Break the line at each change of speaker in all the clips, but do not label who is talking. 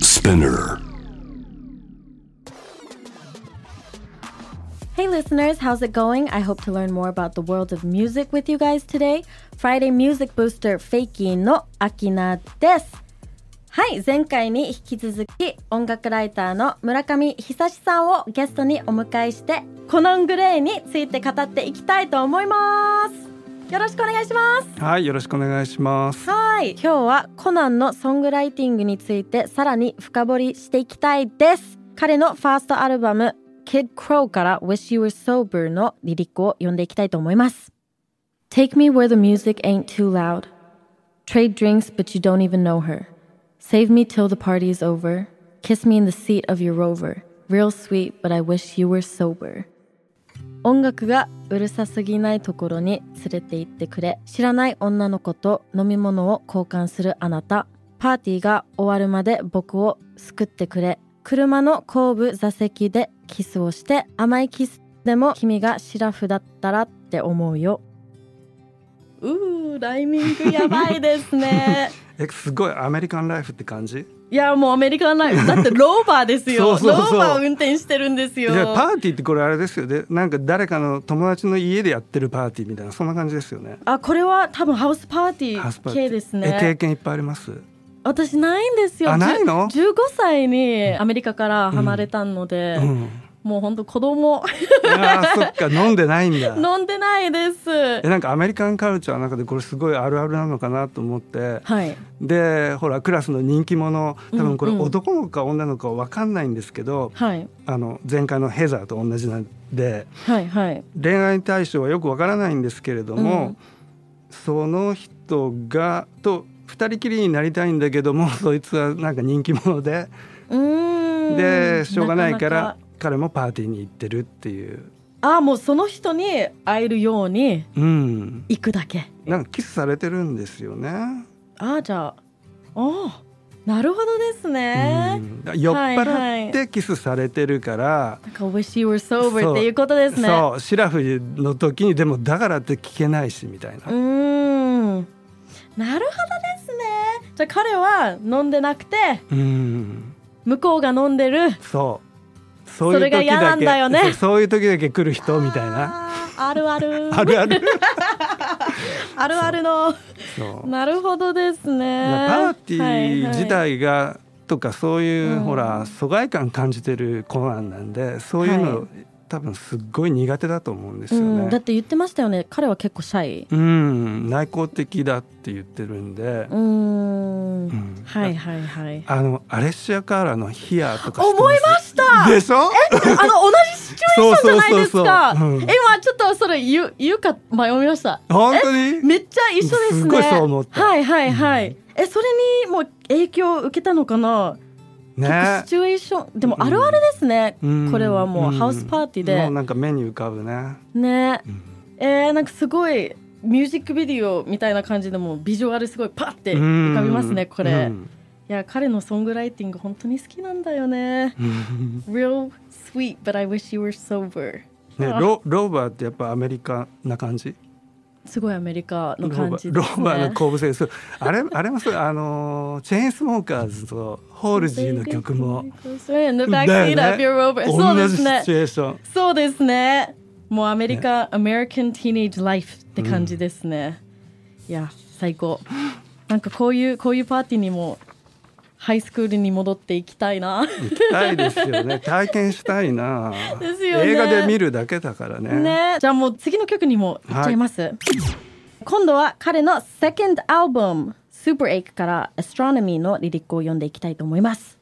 Spinner.
Hey listeners, how's it going? I hope to learn more about the world of music with you guys today. Friday Music Booster フェイキーのアキナです。はい、前回に引き続き音楽ライターの村上久志さんをゲストにお迎えしてコナン・グレイについて語っていきたいと思います。よろしくお願いします。
はい、よろしくお願いします。
はい、今日はコナンのソングライティングについてさらに深掘りしていきたいです。彼のファーストアルバム Kid Crow から Wish You Were Sober のリリックを読んでいきたいと思います。Take me where the music ain't too loud. Trade drinks, but you don't even know her. Save me till the party's over. Kiss me in the seat of your rover. Real sweet, but I wish you were sober. 音楽がうるさすぎないところに連れて行ってくれ知らない女の子と飲み物を交換するあなたパーティーが終わるまで僕を救ってくれ車の後部座席でキスをして甘いキスでも君がシラフだったらって思うようーライミングやばいです ね
え、すごいアメリカンライフって感じ。
いやもうアメリカンライフだってローバーですよ
そうそうそ
ロー
う
バーを運転してるんです
い
よ
や、パーティーってこれあれですよね。なんか誰かの友達の家でやってるパーティーみたいな、そんな感じですよね。
あこれは多分ハウスパーティ
ハウスパ
ー
ーティー
系ですね
え、経験いっぱいあります。
私ないんですよ
あないの
じゅ ?15 歳にアメリカから離れたので、
うん。
もうほんと子 供
あー、そっか、飲んでないんだ。
飲んでないです。
え、なんかアメリカンカルチャーの中で、これすごいあるあるなのかなと思って。
はい。
で、ほら、クラスの人気者、多分これ
うんうん
男の子か女の子かわかんないんですけど。
はい。
あの、前回のヘザーと同じなんで。
はい。はい。
恋愛対象はよくわからないんですけれども、
うん
その人がと二人きりになりたいんだけども そいつはなんか人気者で、
うーん。
でしょうがないから
なか
彼もパーティーに行ってるっていう、
なかあ、もうその人に会えるように
うん、
行くだけ。
なんかキスされてるんですよね。
あーじゃあ。あーなるほどです
う
ね。
ん酔っ払ってキスされてるから、
なんか wish you were sober
そう
っていうことですね。
そうシラフの時にでもだからって聞けないしみたいな、
うーん。なるほどですね。じゃあ彼は飲んでなくて。
うん、
向こうが飲んでる
そうそういう時だけ
それが嫌なんだよね
そうそういう時だけ来る人みたいな。
あーあるある
あるある。
あるあるの
そう。
なるほどですね
パーティー自
はいはい
体がとかそういううんほら疎外感感じてるコナンなんで、そういう
は
の多分すっごい苦手だと思うんですよ
うん、だっ
ね。
て言ってましたよね彼は結構シャイ
うん、内向的だって言ってるんで
う。ーん
うん
はいはいはい
あのアレッシアカーラのヒアとか知って
思いました
でしょ？
あの同じシチュエーションじゃないですか
そうそうそうそううん
今ちょっとそれ言う言うか迷いました
本当に？
めっちゃ一緒ですね
すごいそう思った
はいはいはい、えそれにもう影響を受けたのかな、
ね
シ。チュエーションでもあるあるですね、
うん
これはもうハウスパーティーで、
もうなんか目に浮かぶね。
ね
うん
えー、なんかすごいミュージックビデオみたいな感じでもうビジュアルすごいパッて浮かびますねこれ、
う
い
ん
や彼のソングライティング本当に好きなんだよね Real sweet but I wish you were sober
ね、ロローバーってやっぱアメリカな感じ
すごいアメリカの感じです、ね、
ローバーローバーの後部戦そうあれあれもそうあのチェーンスモーカーズとホールジーの曲も
In the backseat
だ
of
よね
your rover そう
同
で
じ
す
シ
ね
チュエーション
そうですねもうアメリカ、American Teenage Life って感じですね、いや最高なんかこういうこういうパーティーにもハイスクールに戻っていきたいな
行きたいですよ ね体験したいな
ですよね
映画で見るだけだからね
ね、じゃあもう次の曲にもいっちゃいます、今度は彼の Second Album Super Ache から Astronomy のリリックを読んでいきたいと思います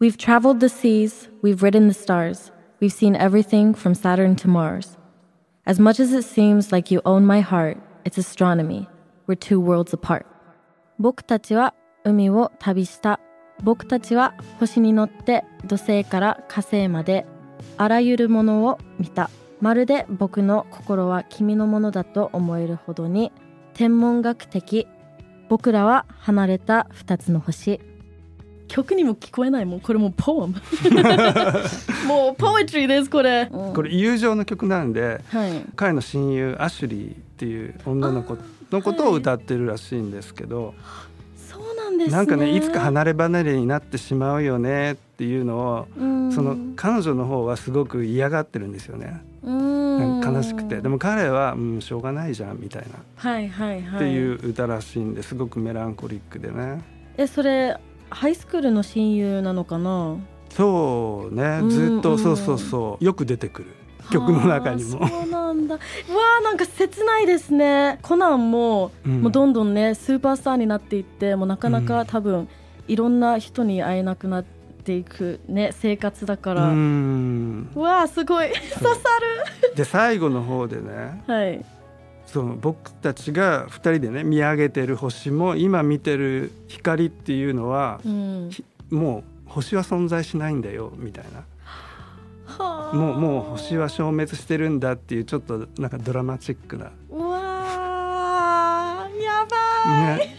We've traveled the seas, we've ridden the stars, we've seen everything from Saturn to Mars As much as it seems like you own my heart, it's astronomy We're two worlds apart 僕たちは海を旅した僕たちは星に乗って土星から火星まであらゆるものを見たまるで僕の心は君のものだと思えるほどに天文学的僕らは離れた2つの星曲にも聞こえないもんこれもうポ エムもうポエトリーですこれ、
これ友情の曲なんで
はい
彼の親友アシュリーっていう女の子のことを歌ってるらしいんですけど、
そうなんなんですね
なんかねいつか離れ離れになってしまうよねっていうのを
うん
その彼女の方はすごく嫌がってるんですよね、
うん
なんか悲しくてでも彼は、うん、しょうがないじゃんみたいな、
はいはいはい
っていう歌らしいんですごくメランコリックでね
えそれハイスクールの親友なのかな
そうね
うん
ずっ
う
と
ん
そうそうそうよく出てくる曲の中にも
はあ、そうなんだわあなんか切ないですねコナンも、
うん
もうどんどんねスーパースターになっていってもうなかな
う
か
ん
多分、いろんな人に会えなくなっていくね生活だから、
うん
わあすごい 刺さ
で最後の方でね
るはい
その僕たちが2人でね見上げてる星も今見てる光っていうのは
うん
ひもう星は存在しないんだよみたいな
はあ
もうもう星は消滅してるんだっていうちょっとなんかドラマチックな、
うわあやばい、
ね、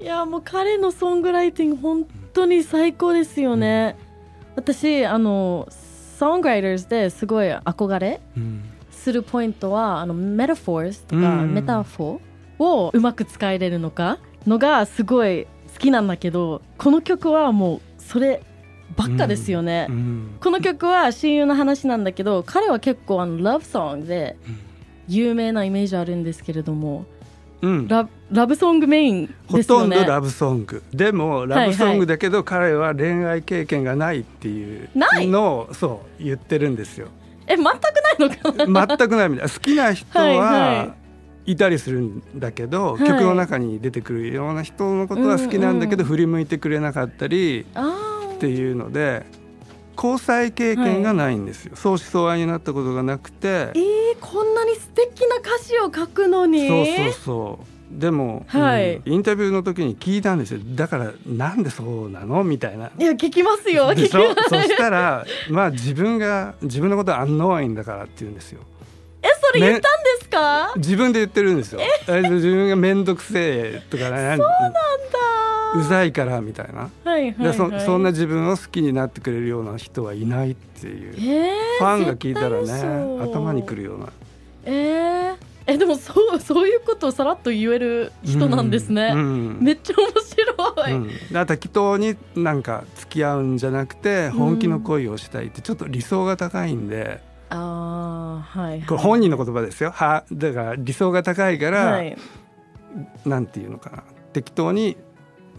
いやもう彼のソングライティング本当に最高ですよね、私あのソングライターズですごい憧れ
うん
するポイントはあのメタフォーズと
うん
か
うん
メタフォーをうまく使えれるのかのがすごい好きなんだけどこの曲はもうそればっかですよね、
うん
この曲は親友の話なんだけど彼は結構あのラブソングで有名なイメージあるんですけれども
うん
ララブソングメイン
ほ
ですよね
とんどラブソングでもラブソングだけど彼は恋愛経験がないっていう
ない
のをそう言ってるんですよ
え全くないのかな
全くない みたいな好きな人
はい
は
はい
いたりするんだけど、
はい
曲の中に出てくるような人のことは好きなんだけど、
うん
振り向いてくれなかったり
あ
っていうので交際経験がないんですよ、相思相愛になったことがなくて
えー、こんなに素敵な歌詞を書くのに
そうそうそうでも、
はい
うんインタビューの時に聞いたんですよだからなんでそうなのみたいない
や聞きますよ
で
聞き
しょ
ます
そしたらまあ自分が自分のことはアンノーインだからって言うんですよ
えそれ言ったんですか、
自分で言ってるんですよえ自分が面倒くせえとかねう
だ
ざいからみたいな、
ーはいはい、
で
はい、
そそんな自分を好きになってくれるような人はいないっていう、
えー、
ファンが聞いたら
絶対嘘
ね頭にくるような
えー、えでもそうそういうことをさらっと言える人なんですね、
うんうん
めっちゃ面白い、
うん、だから適当になんか付き合うんじゃなくて本気の恋をしたいってちょっと理想が高いんで、
ああはい
これ本人の言葉ですよはだから理想が高いから、
はい
なんていうのかな適当に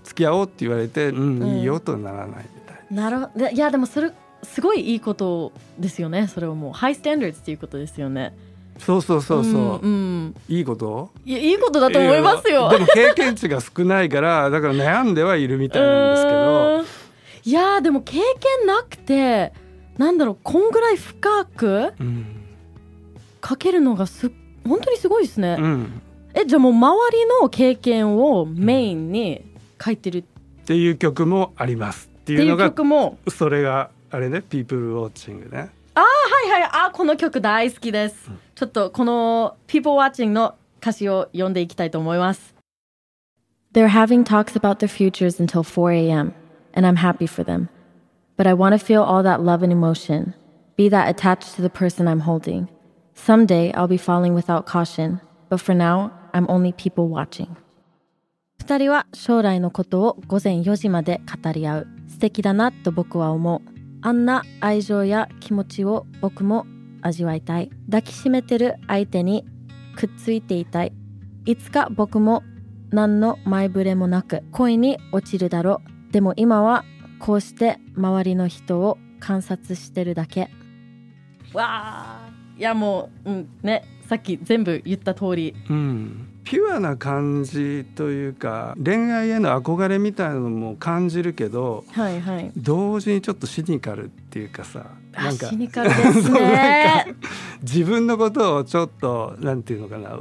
付き合おうって言われて、うん
うん
いいよとならないみたい
なるほどいやでもそれすごいいいことですよねそれをもうハイスタンダードっていうことですよね
そうそうそうそう、
うんうん
いいこと
いやいいことだと思いますよ。
でも経験値が少ないからだから悩んではいるみたいなんですけど
うーんいやーでも経験なくてなんだろうこんぐらい深く
うん、
書けるのがす本当にすごいですね。
うん、
えじゃあもう周りの経験をメインに書いてるっ
っていう曲もありますって
て
いう
い
の
う
が
曲も
それがあれね「People Watching ね」
はいはいあこの曲大好きです。ちょっとこの People Watching の歌詞を読んでいきたいと思います。They're having talks about their futures until 4 a.m., and I'm happy for them. But I want to feel all that love and emotion, be that attached to the person I'm holding. Someday I'll be falling without caution, but for now, I'm only people watching. 2人は将来のことを午前4時まで語り合う。素敵だなと僕は思う。あんな愛情や気持ちを僕も味わいたい。抱きしめてる相手にくっついていたい。いつか僕も何の前触れもなく恋に落ちるだろうでも今はこうして周りの人を観察してるだけわあいやもう、うん、ねさっき全部言った通り
うん、ピュアな感じというか恋愛への憧れみたいなのも感じるけど
はいはい
同時にちょっとシニカルっていうかさ
あ
なんか
シニカルですね
自分のことをちょっとなんていうのかな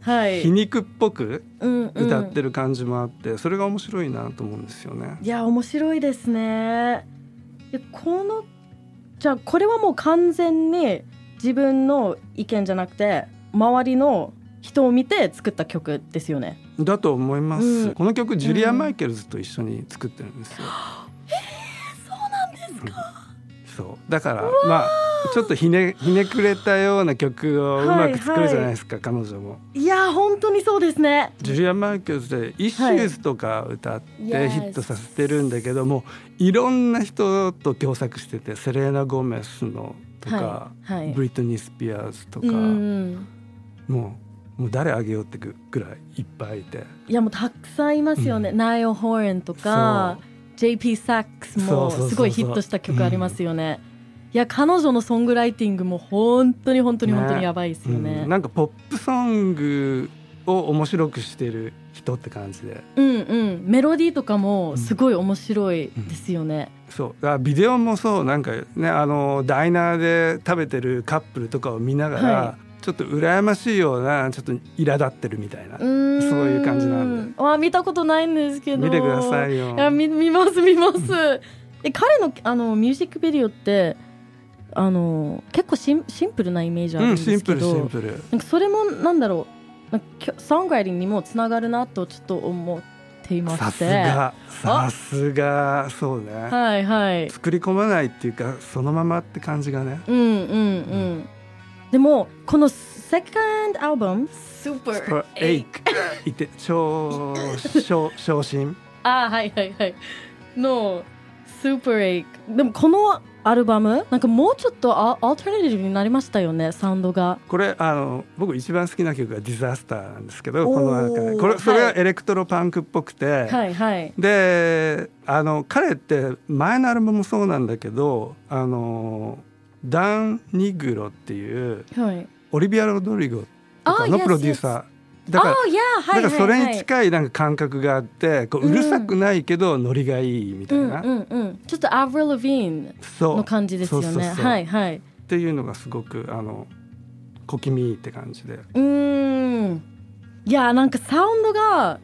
はい
皮肉っぽく
うんうん
歌ってる感じもあって、それが面白いなと思うんですよね。
いや面白いですねでこのじゃあこれはもう完全に自分の意見じゃなくて周りの人を見て作った曲ですよね
だと思います、
うん
この曲ジュリア・マイケルズと一緒に作ってるんですよ。そうなんですか、そうだからまあちょっとひねひねくれたような曲をうまく作るじゃないですか、彼女も。
いやー本当にそうですね
ジュリアン・マーキュスで「イッシューズ」とか歌ってヒ
はい
ットさせてるんだけども、い、ろんな人と共作しててセレーナ・ゴメスのとか、
はいはい
ブリトニー・スピアーズとか、
うん
もうもう誰あげようってぐらいいっぱいいて
いやもうたくさんいますよね、ナイオ・ホーレンとか JP サックスも
そうそうそうそう
すごいヒットした曲ありますよねいや彼女のソングライティングも本当に本当に
ね
本当にやばいですよね
うんなんかポップソングを面白くしてる人って感じで
うんうんメロディーとかもすごい面白いですよね、
そうあビデオもそうなんかねあのダイナーで食べてるカップルとかを見ながら、
は
ちょっと羨ましいようなちょっと苛立ってるみたいな、
うーん、
そういう感じなん
でわ見たことないんですけど
見てくださいよ
いや見見ます見ます、え彼のあのミュージックビデオってあの結構シンシンプルなイメージあ
う
るんで
んシン
すけ
プル
ど、
シンプル
なんかそれもなんだろうなんかきょソングライティングにもつながるなとちょっと思っていま
さ
し
す
て
がさすがそうね、
はいはい
作り込まないっていうかそのままって感じがね
うんうんうんでもこのセカンドアルバム「スーパ
スパエイクいて昇昇昇進
あーはいはいはいの「スーパーエイク」でもこのアルバムなんかもうちょっとアアルタネティブになりましたよねサウンドが
これあの僕一番好きな曲が「ディザスター」なんですけど
おー
この中でこれそれはエレクトロパンクっぽくて、
はいはい
であの彼って前のアルバムもそうなんだけどあのダン・ニグロっていう
はい
オリビア・ロドリゴとか
あ
の
yes,
プロデューサーだ
あ
から
あいやはいは
だ
い
からそれ
は
に
い
近いなんか感覚があってこう
うん
うるさくないけどノリがいいみた
う
い
ん
な、
うんうんちょっとアブリル・ヴィーン
そう
の感じですよね
そうそうそう
はいはい
っていうのがすごくあの小気味いいって感じで
うーんいやなんかサウンドが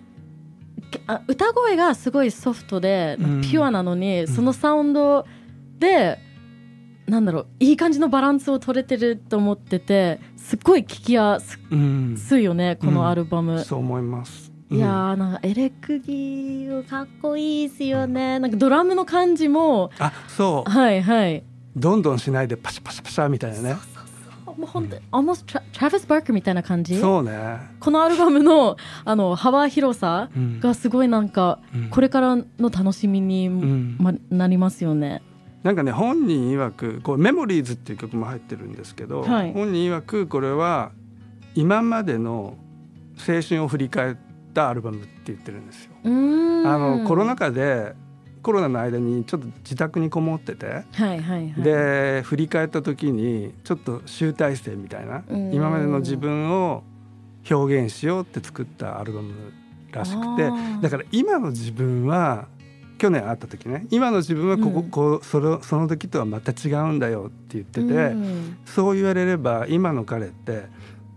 あ歌声がすごいソフトで
うん
ピュアなのに、
ん
そのサウンドで、なんだろういい感じのバランスを取れてると思っててすっごい聞きやす
うん
いよねこのアルバム、
そう思います。
いやーなんかエレクギーかっこいいですよねなんかドラムの感じも
うんあそう
はいはい
どんどんしないでパシャパシャパシャみたいなね
もう本当に almost Tra- Travis Barker みたいな感じ
そうね、
このアルバムのあの幅広さ
うん
がすごいなんか
うん
これからの楽しみに、
うん
ま、なりますよね。
なんかね本人曰くこうメモリーズっていう曲も入ってるんですけど、
はい
本人曰くこれは今までの青春を振り返ったアルバムって言ってるんですよ。
うーん
あのコロナ禍でコロナの間にちょっと自宅にこもってて、
はいはいはい。
で振り返った時にちょっと集大成みたいな
うん
今までの自分を表現しようって作ったアルバムらしく
あ
て
ー
だから今の自分は去年会った時ね今の自分はここ、
うん
こうそのその時とはまた違うんだよって言ってて、
うん
そう言われれば今の彼って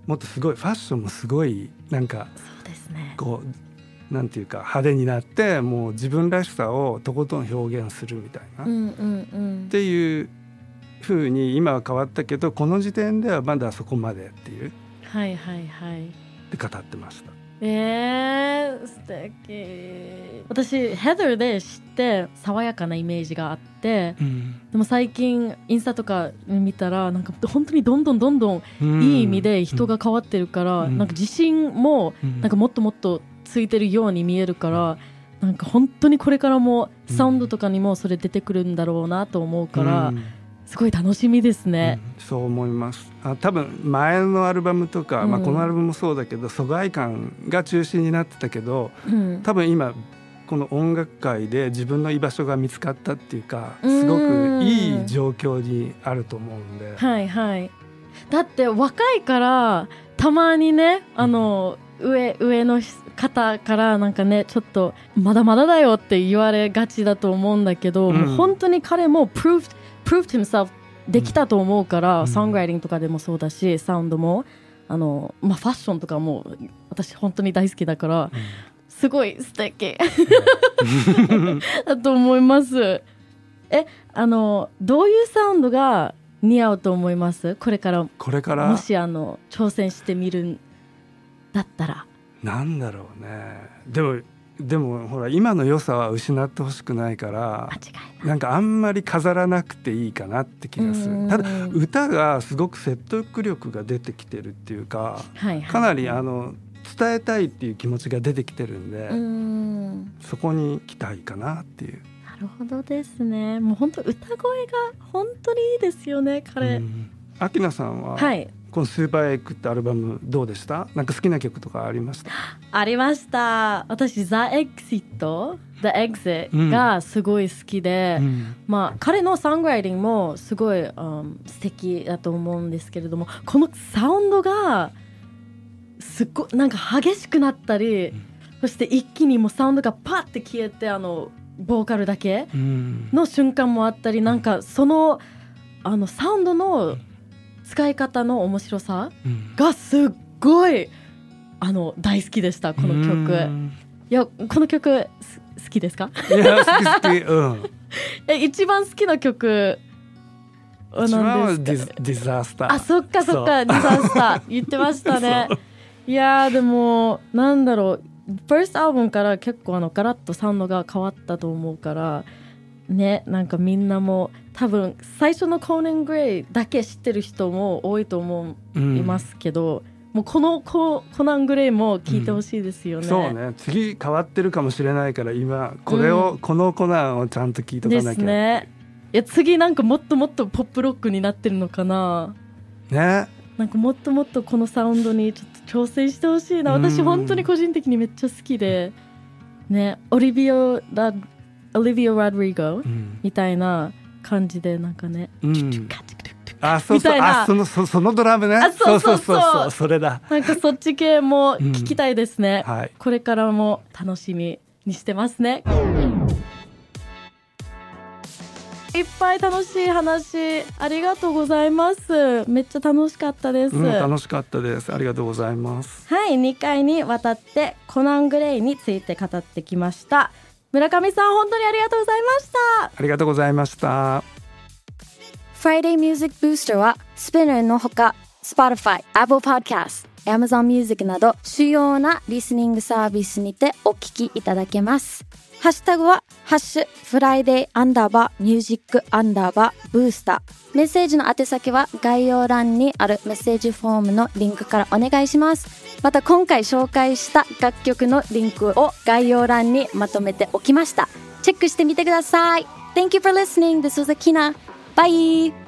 もっとすごいファッションもすごいなんか
そうですね。
こうなんていうか派手になってもう自分らしさをとことん表現するみたいな。
う
っ
んうんうん。
ていう風に今は変わったけどこの時点ではまだそこまでっていう
はいはいはい。
って語ってました。
えー、素敵私ヘザーで知って爽やかなイメージがあってでも最近インスタとか見たらなんか本当にどんどんどんどんいい意味で人が変わってるから、
うん
なんか自信もなんかもっともっとついてるように見えるからなんか本当にこれからも
うん
サウンドとかにもそれ出てくるんだろうなと思うから、
うん
すごい楽しみですね。
うんそう思いますあ多分前のアルバムとか、まあ、
うん
このアルバムもそうだけど疎外感が中心になってたけど
うん
多分今この音楽界で自分の居場所が見つかったっていうかすごくいい状況にあると思うんで、
はいはいだって若いからたまにねあの上上の方からなんかねちょっとまだまだだよって言われがちだと思うんだけど、
うん
もう本当に彼も proved, proved himself できたと思うから、
うん
サウングライティングとかでもそうだしサウンドもあの、まあ、ファッションとかも私本当に大好きだからすごい素敵だと思いますえあのどういうサウンドが似合うと思いますこれから
これか
も
ら
しあの挑戦してみるんだったら
なんだろうねでもでもほら今の良さは失ってほしくないから
間違いない
なんかあんまり飾らなくていいかなって気がす
うん
るただ歌がすごく説得力が出てきてるっていうか
はいはい
かなりあの伝えたいっていう気持ちが出てきてるんで、
うんな
そこに期待かなっていう。
るほどですねもう本当歌声が本当にいいですよね彼、
うんアキナさんは、
はい
この「スーパーエッグ」ってアルバムどうでしたなんか好きな曲とかありました
ありました私「ザ・エクシット」「ザ・エクゼ」
うん
がすごい好きで、
うん
まあ彼のサウングライティングもすごい、うん、素敵だと思うんですけれどもこのサウンドがすっごいなんか激しくなったり、
うん
そして一気にもうサウンドがパッて消えてあのボーカルだけ
うん
の瞬間もあったりなんかそのあのサウンドの使い方の面白さ
うん
がすっごいあの大好きでしたこの曲。
うん
いやこの曲す好きですか
いや好き好き、うん、
え一番好きな曲は
一番は
何で
ディ
す
ズ
か
ディザースター
あそっかそっかディザスター 言ってましたねいやーでもなんだろうファーストアルバムから結構あのガラッとサウンドが変わったと思うからねなんかみんなも多分最初のコーネン・グレイだけ知ってる人も多いと思
う
い
ん
ますけど、もうこのココナン・グレイも聞いてほしいですよね、
そうね次変わってるかもしれないから今これを、このコナンをちゃんと聞いとか
で
なきゃ
すねいや次なんかもっともっとポップロックになってるのかな
ね
なんかもっともっとこのサウンドにちょっと挑戦してほしいな
うん
私本当に個人的にめっちゃ好きでねオリビオ・ラオリビオ・ラドリゴ
うん、
みたいな感じでなんかね
うん、
カチカチカチ
あそう
みた
そ
いうな
あそのそそのドラムね
あそうそうそう
そうそうそれだ
なんかそっち系も聞きたいですね、
はい
これからも楽しみにしてますねいっぱい楽しい話ありがとうございますめっちゃ楽しかったです、
うん、
は
楽しかったですありがとうございます
い2回にわたってコナン・グレイについて語ってきました村上さん本当にありがとうございました
ありがとうございました
Friday Music Booster は Spinner のほか Spotify、Apple Podcast、Amazon Music など主要なリスニングサービスにてお聞きいただけます。ハッシュタグは、ハッシュ、フライデーアンダーバー、ミュージックアンダーバー、ブースター。メッセージの宛先は概要欄にあるメッセージフォームのリンクからお願いします。また今回紹介した楽曲のリンクを概要欄にまとめておきました。チェックしてみてください。Thank you for listening. This was Akina. Bye!